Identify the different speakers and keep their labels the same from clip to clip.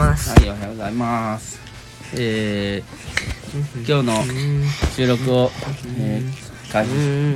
Speaker 1: ざいます。えー、今日の収録を、えー、開始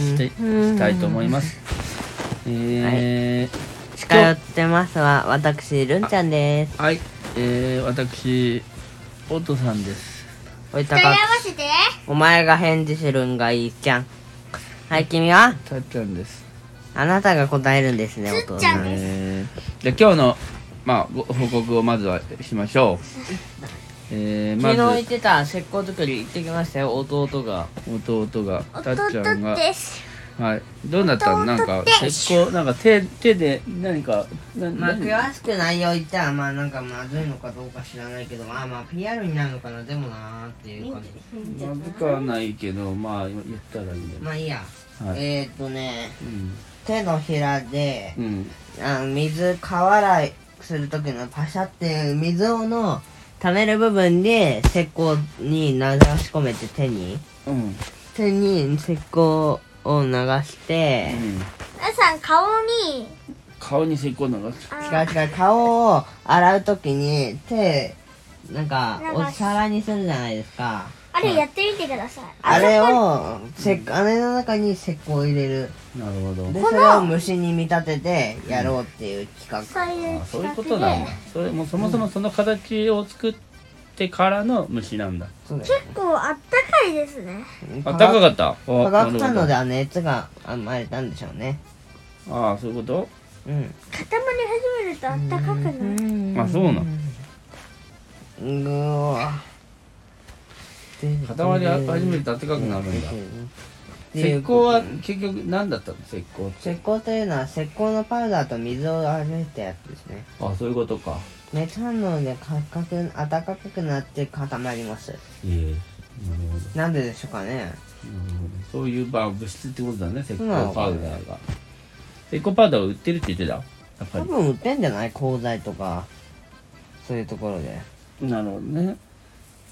Speaker 1: していきたいと思います。え
Speaker 2: 近寄ってますは私るんちゃんです
Speaker 1: ー、はい、えー、私、おとさんです。
Speaker 2: おい
Speaker 3: 二
Speaker 2: た
Speaker 3: 人合
Speaker 2: か
Speaker 3: わせて
Speaker 2: お前が返事するんがいいじゃんはい君は
Speaker 1: たっちゃんです。
Speaker 2: あなたが答えるんですねお父
Speaker 3: つっち
Speaker 2: さ
Speaker 3: ゃん
Speaker 2: ん
Speaker 1: えー、じゃあ今日の、まあ、ご報告をまずはしましょう。えー、ま
Speaker 2: 昨日言っ
Speaker 1: ず、
Speaker 2: てた石膏作り行ってきましたよ弟が
Speaker 1: 弟が、たっちゃん
Speaker 3: 弟
Speaker 1: が、
Speaker 3: です
Speaker 1: はい、どうなったのなんか
Speaker 3: 弟って
Speaker 1: 石膏なんか手手で何かな
Speaker 2: まあ
Speaker 1: 何
Speaker 2: 詳しく内容言ったらまあなんかまずいのかどうか知らないけどまあまあ PR になるのかなでもなーっていう感じ
Speaker 1: まずくはないけどまあ言ったらいいんだよ、
Speaker 2: まあいいや、
Speaker 1: はい
Speaker 2: えー、っとね手のひらで
Speaker 1: うん、うん、
Speaker 2: あの水瓦洗いする時のパシャって水をの溜める部分で石膏に流し込めて手に
Speaker 1: うん、
Speaker 2: 手に石膏を流して
Speaker 1: うん、
Speaker 3: 皆さん顔に
Speaker 1: 顔に石膏流す
Speaker 2: 違う違う顔を洗う時に手なんか
Speaker 3: 流
Speaker 2: お
Speaker 3: す
Speaker 2: 皿にするじゃないですか
Speaker 3: あれやってみてください
Speaker 2: あれを石あれの中に石膏を入れる
Speaker 1: なるほど
Speaker 2: でそれを虫に見立ててやろうっていう企
Speaker 3: そういう
Speaker 1: あそういう
Speaker 3: 企
Speaker 1: こ
Speaker 3: 画
Speaker 1: と
Speaker 3: で
Speaker 1: なんだそれもそもそもその形を作ってからの虫なんだ
Speaker 2: 画、そうだよ
Speaker 3: 結構あったかいですね
Speaker 1: あ高か
Speaker 2: 化
Speaker 1: ったあ
Speaker 2: 学化学
Speaker 1: な
Speaker 2: 反
Speaker 1: るほ
Speaker 2: 応で
Speaker 1: ど
Speaker 2: は熱が生まれたんでしょうね
Speaker 1: ああそういうこ
Speaker 2: うん
Speaker 3: 固まり始めるとあったかくなる
Speaker 1: とあそうなの
Speaker 2: うわ
Speaker 1: 固まり始めて暖かくなるんだ
Speaker 2: って
Speaker 1: 石
Speaker 2: いう
Speaker 1: 膏は結局何だったの石膏っ
Speaker 2: 石
Speaker 1: て
Speaker 2: 膏というのは石膏のパウダーと水を混ぜたやつですね
Speaker 1: あそういうことか
Speaker 2: 熱反応で価格暖かくなって固まります
Speaker 1: ええなるほど
Speaker 2: なんででしょうかね
Speaker 1: そういうまあ物質ってことだね石
Speaker 2: な
Speaker 1: 膏
Speaker 2: の
Speaker 1: パ
Speaker 2: か
Speaker 1: ウ
Speaker 2: ね
Speaker 1: ダーが石膏パウダーを売ってるって言ってたやっぱ
Speaker 2: 多
Speaker 1: り
Speaker 2: 分売ってんじゃない鋼材とかそういうところで
Speaker 1: なるほどね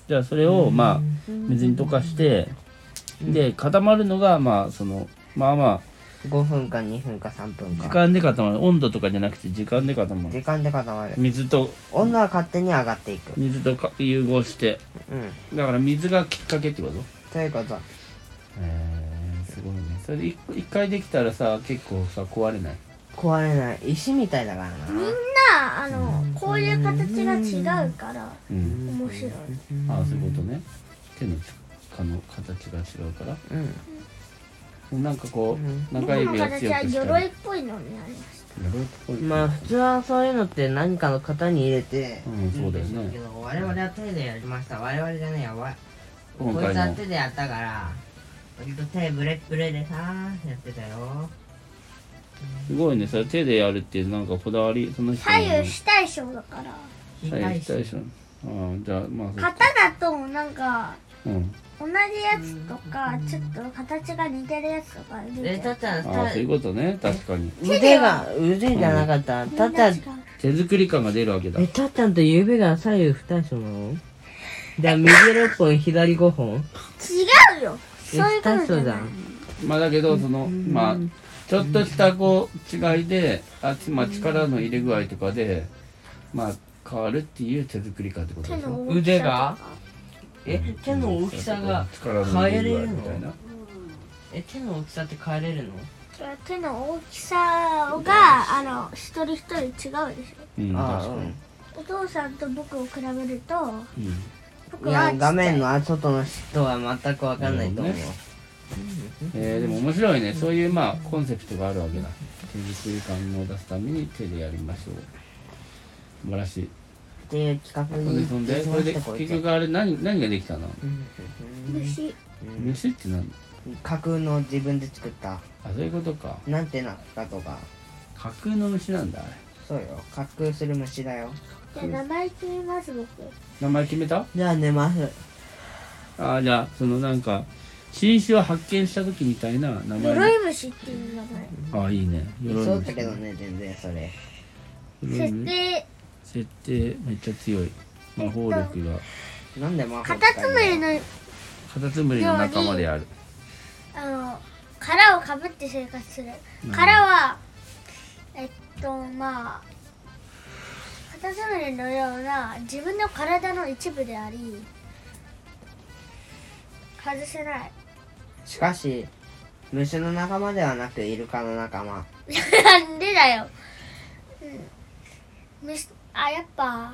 Speaker 1: じゃあそれをまあ水に溶かしてで固まるのがまあそのまあま
Speaker 2: 5分か2分か3分
Speaker 1: あ時
Speaker 2: か
Speaker 1: 間で固まる温度とかじゃなくて時間で固ま
Speaker 2: 時
Speaker 1: る
Speaker 2: 間で固まる
Speaker 1: 水と
Speaker 2: 温度は勝手に上がっていく
Speaker 1: 水とか融合して
Speaker 2: うん
Speaker 1: だから水がきっかけってこと
Speaker 2: ということ
Speaker 1: へえすごいねそれで一一回できたらさ結構さ壊れない
Speaker 2: 壊れない石みたいだからな
Speaker 3: なあのこういう形が違うから
Speaker 1: うん
Speaker 3: 面白い
Speaker 1: ああそういうことね手のかの形が違うから
Speaker 2: うん
Speaker 1: なんかこう中
Speaker 3: 僕
Speaker 1: 指
Speaker 3: の
Speaker 1: を強く
Speaker 3: 形
Speaker 1: した
Speaker 3: は
Speaker 1: り
Speaker 3: 鎧っぽいのになりまし
Speaker 1: 鎧っぽい
Speaker 2: まあ普通はそういうのって何かの型に入れて
Speaker 1: うんそうだよね
Speaker 2: やるんでしょうけど我々は手でやりました我々じゃねえやわこ
Speaker 1: 今
Speaker 2: い
Speaker 1: 回
Speaker 2: つは
Speaker 1: の
Speaker 2: 手でやったから割と手ブレブレでさやってたよ
Speaker 1: すごいねそれ手でやるっていうなんかこだわりその人
Speaker 3: た
Speaker 1: の
Speaker 3: 左右非対称だから
Speaker 2: 引い
Speaker 1: 左
Speaker 2: た
Speaker 1: 右
Speaker 2: り
Speaker 1: 非
Speaker 2: して
Speaker 1: 対称うんじゃあまあそっ
Speaker 3: 型だとなんか
Speaker 1: ちうん
Speaker 3: 同じやつとかちょっと形が似てるやつとかいるけ
Speaker 2: でた
Speaker 3: ど
Speaker 2: っちゃん
Speaker 1: ああそういうことね確かに
Speaker 2: 腕が腕じゃなかった、たっちゃん
Speaker 1: 手作り感が出るわけだ
Speaker 2: えたっちゃんと指が左右不対称なのじゃあ右6本左5本
Speaker 3: 違うよそういうこ
Speaker 2: 不対
Speaker 3: と
Speaker 2: 称
Speaker 3: じ
Speaker 2: じ
Speaker 3: ゃ
Speaker 2: ゃ
Speaker 3: ない
Speaker 2: ん
Speaker 1: まあだけどそのまあちょっとしたこう違いであつまあ力の入れ具合とかでまあ変わるっていう手作り感ってこと
Speaker 3: 手
Speaker 1: でしょ
Speaker 3: の大き
Speaker 2: 腕
Speaker 3: さとか
Speaker 2: がえ手の大きさが
Speaker 1: 力の入れ具合みたいな
Speaker 2: え手の大きさって変えれるの
Speaker 3: 手の大きさがあの一人一人違うでし
Speaker 1: うん
Speaker 2: ああ
Speaker 1: 確かに
Speaker 3: ょお父さんと僕を比べると
Speaker 1: うん
Speaker 3: 僕
Speaker 2: い
Speaker 3: は
Speaker 2: や
Speaker 3: ちっちゃい
Speaker 2: 画面の外の人は全くわかんないと思う、
Speaker 1: なるほえー、でも面白いねそういうまあコンセプトがあるわけだ手作り感を出すために手でやりましょう素晴らしい
Speaker 2: っていう企画
Speaker 1: それで
Speaker 2: に
Speaker 1: そんでそれで結局あれ何何ができたの
Speaker 3: 虫
Speaker 1: 虫って何
Speaker 2: 架空の自分で作った
Speaker 1: あそういうことか
Speaker 2: なんてなったとか
Speaker 1: 架空の虫なんだあれ
Speaker 2: そうよ架空する虫だよ
Speaker 3: じゃあ名前決めます僕
Speaker 1: 名前決めた
Speaker 2: じゃあ寝ます
Speaker 1: あーじゃあそのなんか新種を発見した時みたいな名前の
Speaker 3: 鎧虫っていう名
Speaker 1: あーいいね
Speaker 2: そうだったけど
Speaker 1: ね
Speaker 2: ね全然それ
Speaker 3: 前設定
Speaker 1: 設定めっちゃ強い魔法力が
Speaker 2: なんで魔法
Speaker 3: カ
Speaker 2: 使
Speaker 3: タ
Speaker 2: い
Speaker 3: ツムリの
Speaker 1: カタツムリの仲間である
Speaker 3: あの殻をかぶって生活する殻はえっとまあカタツムリのような自分の体の一部であり外せない
Speaker 2: しかし虫の仲間ではなくイルカの仲間
Speaker 3: なんでだよ、うん、むしあやっぱ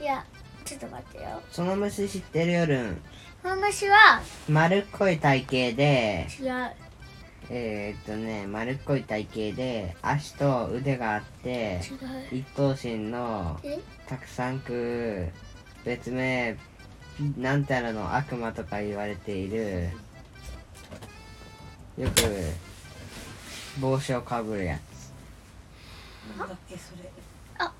Speaker 3: いやちょっと待ってよ
Speaker 2: その虫知ってるよるん
Speaker 3: この虫は
Speaker 2: 丸っこい体型で
Speaker 3: 違う
Speaker 2: えー、っとね丸っこい体型で足と腕があって
Speaker 3: 違う
Speaker 2: 一頭身の
Speaker 3: え
Speaker 2: たくさん食う別名なんたらの悪魔とか言われているよく帽子をかぶるやつ
Speaker 4: なんだっけそれ
Speaker 1: あ、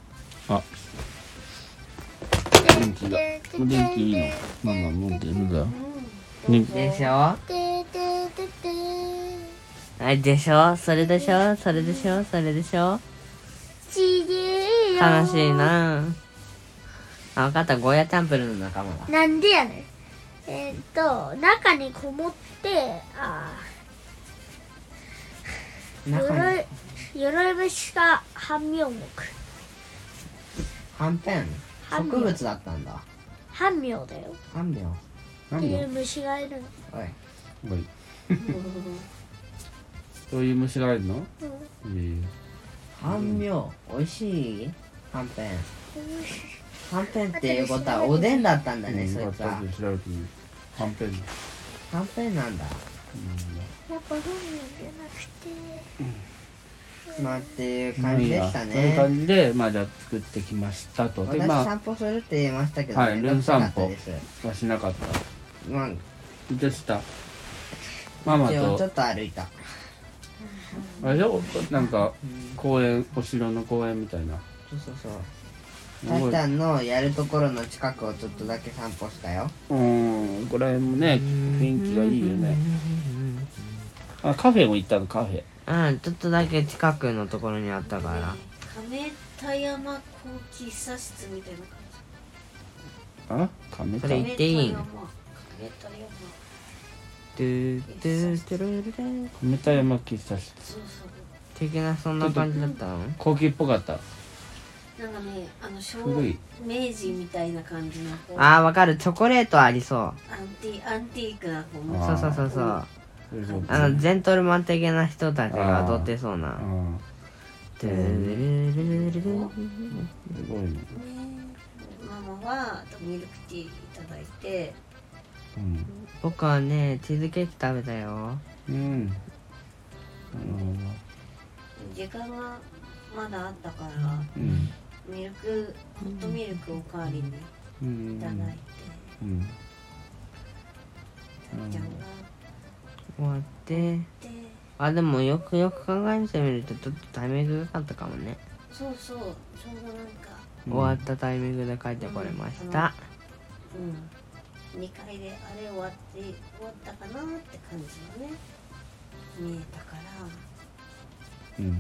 Speaker 1: 元気だ。元気いいの。ママ飲んでるだ。元気。
Speaker 2: でしょはいでしょそれでしょそれでしょそれでしょ
Speaker 3: ちげえよ
Speaker 2: 悲しいなあ分かったゴーヤチャンプルーの仲間だ
Speaker 3: なんでやねんえーっと中にこもってあー
Speaker 2: 中に
Speaker 3: 鎧鎧虫か半妙目
Speaker 2: はんぺん
Speaker 3: 半
Speaker 2: 植物だったんだ
Speaker 3: 半妙だよ
Speaker 2: はんべん
Speaker 1: な
Speaker 3: って
Speaker 1: んだ
Speaker 3: いう。虫がいるの
Speaker 2: おい
Speaker 1: おいそういう虫がいるの？え
Speaker 2: 半妙美味しいはんぺんはんぺんっていうことはおでんだったんだ
Speaker 1: え。
Speaker 2: ね、
Speaker 1: うん
Speaker 2: そい
Speaker 1: よ
Speaker 2: つ
Speaker 1: かった
Speaker 2: は
Speaker 1: 後で調べてみる。はんぺんの。
Speaker 2: はんぺんなんだ
Speaker 3: やっぱ本人じゃなくて
Speaker 2: まあっていう
Speaker 1: まあ
Speaker 2: 感
Speaker 1: い
Speaker 2: じ
Speaker 1: い
Speaker 2: で
Speaker 1: や
Speaker 2: した
Speaker 1: そういう感
Speaker 2: ね
Speaker 1: じでまあじゃあ作ってきましたと。で
Speaker 2: 私
Speaker 1: まあ
Speaker 2: 散歩するって言いましたけど、
Speaker 1: はい
Speaker 2: めんどくさかった
Speaker 1: ルン散歩
Speaker 2: です
Speaker 1: はしなかった。
Speaker 2: まあ
Speaker 1: でした。ママ
Speaker 2: 一応ちょ
Speaker 1: と
Speaker 2: っと歩いた
Speaker 1: あれでもなんか公園お城の公園みたいな。
Speaker 2: そうそうそう
Speaker 1: す
Speaker 2: タ
Speaker 1: ご
Speaker 2: イ
Speaker 1: い
Speaker 2: タンのやるところの近くをちょっとだけ散歩したよ
Speaker 1: うん、これもね、雰囲気がいいよね。あ、カフェも行ったの、カフェ。
Speaker 2: うんちょっとだけ近くのところにあったから
Speaker 4: 亀田山高喫茶室みたいな感
Speaker 1: あ、カメ
Speaker 2: そ
Speaker 1: か。
Speaker 2: れ
Speaker 4: じ
Speaker 2: 行っていいん
Speaker 4: 亀田山
Speaker 2: ドゥドゥドゥルルルル
Speaker 1: 亀田山喫茶室。
Speaker 4: そうそ
Speaker 2: 的なそんな感じだったの
Speaker 1: 高級っぽかった。
Speaker 4: うなんかねあの昭
Speaker 1: 古い
Speaker 4: 明治みたいな感じのこうアン
Speaker 2: あーわかるチョコレートありそう
Speaker 4: ティアンティークなこう
Speaker 1: あー
Speaker 2: そうそうそうそう
Speaker 1: それそう
Speaker 2: あのジェントルマン的な人たちが踊ってそうな
Speaker 1: うん
Speaker 2: ドゥルルルルルル
Speaker 1: すごいね。
Speaker 4: ママはあとミルクティーいただいて
Speaker 1: うん。
Speaker 2: 僕はねチーズケーキ食べたよ
Speaker 1: うん。なる
Speaker 4: 時間がまだあったから
Speaker 1: ほど。うん。
Speaker 4: ミルクホットミルクおかわりにいうただい
Speaker 1: ん。
Speaker 4: て、
Speaker 1: うん。
Speaker 4: たっちゃんが
Speaker 2: 終わって
Speaker 4: で
Speaker 2: あでもよくよく考えてみるとちょっとタイミングが良かったかもね、
Speaker 4: そうそうちょうどなんか
Speaker 1: うん
Speaker 2: 終わったタイミングで帰ってこれました、
Speaker 4: うん2階であれ終わって終わったかなって感じがね見えたから
Speaker 1: うんうん。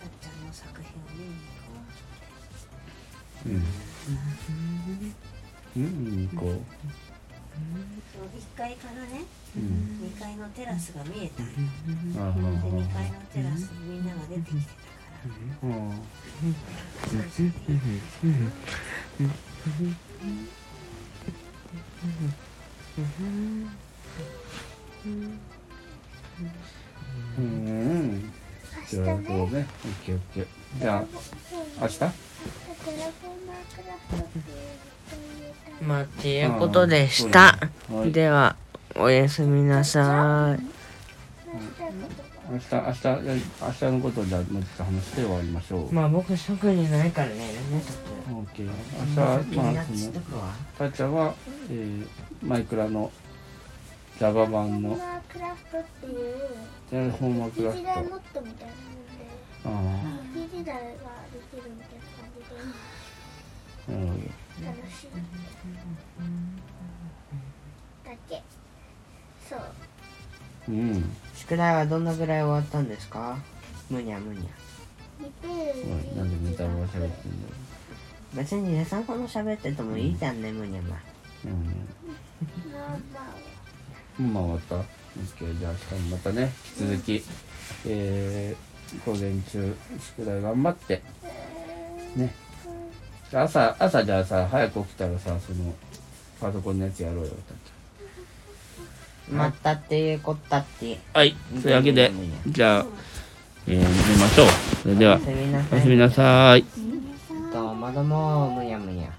Speaker 4: たっちゃんの作品を見
Speaker 1: うん。
Speaker 4: に行こう
Speaker 1: うん、行こう。
Speaker 4: その1階からね
Speaker 1: うん。
Speaker 4: 2階のテラスが見えたんよ
Speaker 1: ああ
Speaker 4: で2階のテラスにみんなが出てきてたからそうそう
Speaker 1: うん。うん。じゃあ、こうね。オッケー、オッケー。じゃあ、明日。
Speaker 2: まあっていうことでした、
Speaker 1: うんはい
Speaker 2: ではおやすみなさい
Speaker 1: 明日、明日、明日のことをじゃあ、もうちょっと話して終わりましょう。
Speaker 2: まあ僕特にないからね何だっ
Speaker 1: オッケー。
Speaker 2: け
Speaker 1: 明日、
Speaker 2: 気に
Speaker 1: ま
Speaker 2: な
Speaker 1: あ、
Speaker 2: っ
Speaker 1: そ
Speaker 2: ちゃった。
Speaker 1: の
Speaker 2: かは
Speaker 1: たっちゃんは、えー、マイクラの Java 版の
Speaker 3: クラフトっていう
Speaker 1: ジャホームワークラ
Speaker 3: 一台モ
Speaker 1: フト
Speaker 3: ットみたいなので
Speaker 1: ああ
Speaker 3: 一台ができるみたいな感じで。
Speaker 1: なるほ
Speaker 3: 楽しいだけそう
Speaker 1: どうん
Speaker 2: 宿題はどのぐらい終わったんですかむにゃむにゃ
Speaker 3: 2ペー
Speaker 1: おいなんでネタバレされてんだよ
Speaker 2: 別にね参考の喋っててもいいじゃんねむにゃま
Speaker 3: まあまあ
Speaker 1: うんもう終わった OK じゃあ明日もまたね引き続き、え午前中宿題頑張ってね朝朝じゃあさ早く起きたらさそのパソコンのやつやろうよたっ
Speaker 2: まったっていうこったって
Speaker 1: けはいというわけでじゃあ、えー、寝ましょうそれで
Speaker 2: お
Speaker 1: は
Speaker 2: やすみな
Speaker 1: お
Speaker 2: さ
Speaker 1: やすみ
Speaker 2: い
Speaker 1: なさーい
Speaker 2: どうもどうもむやむや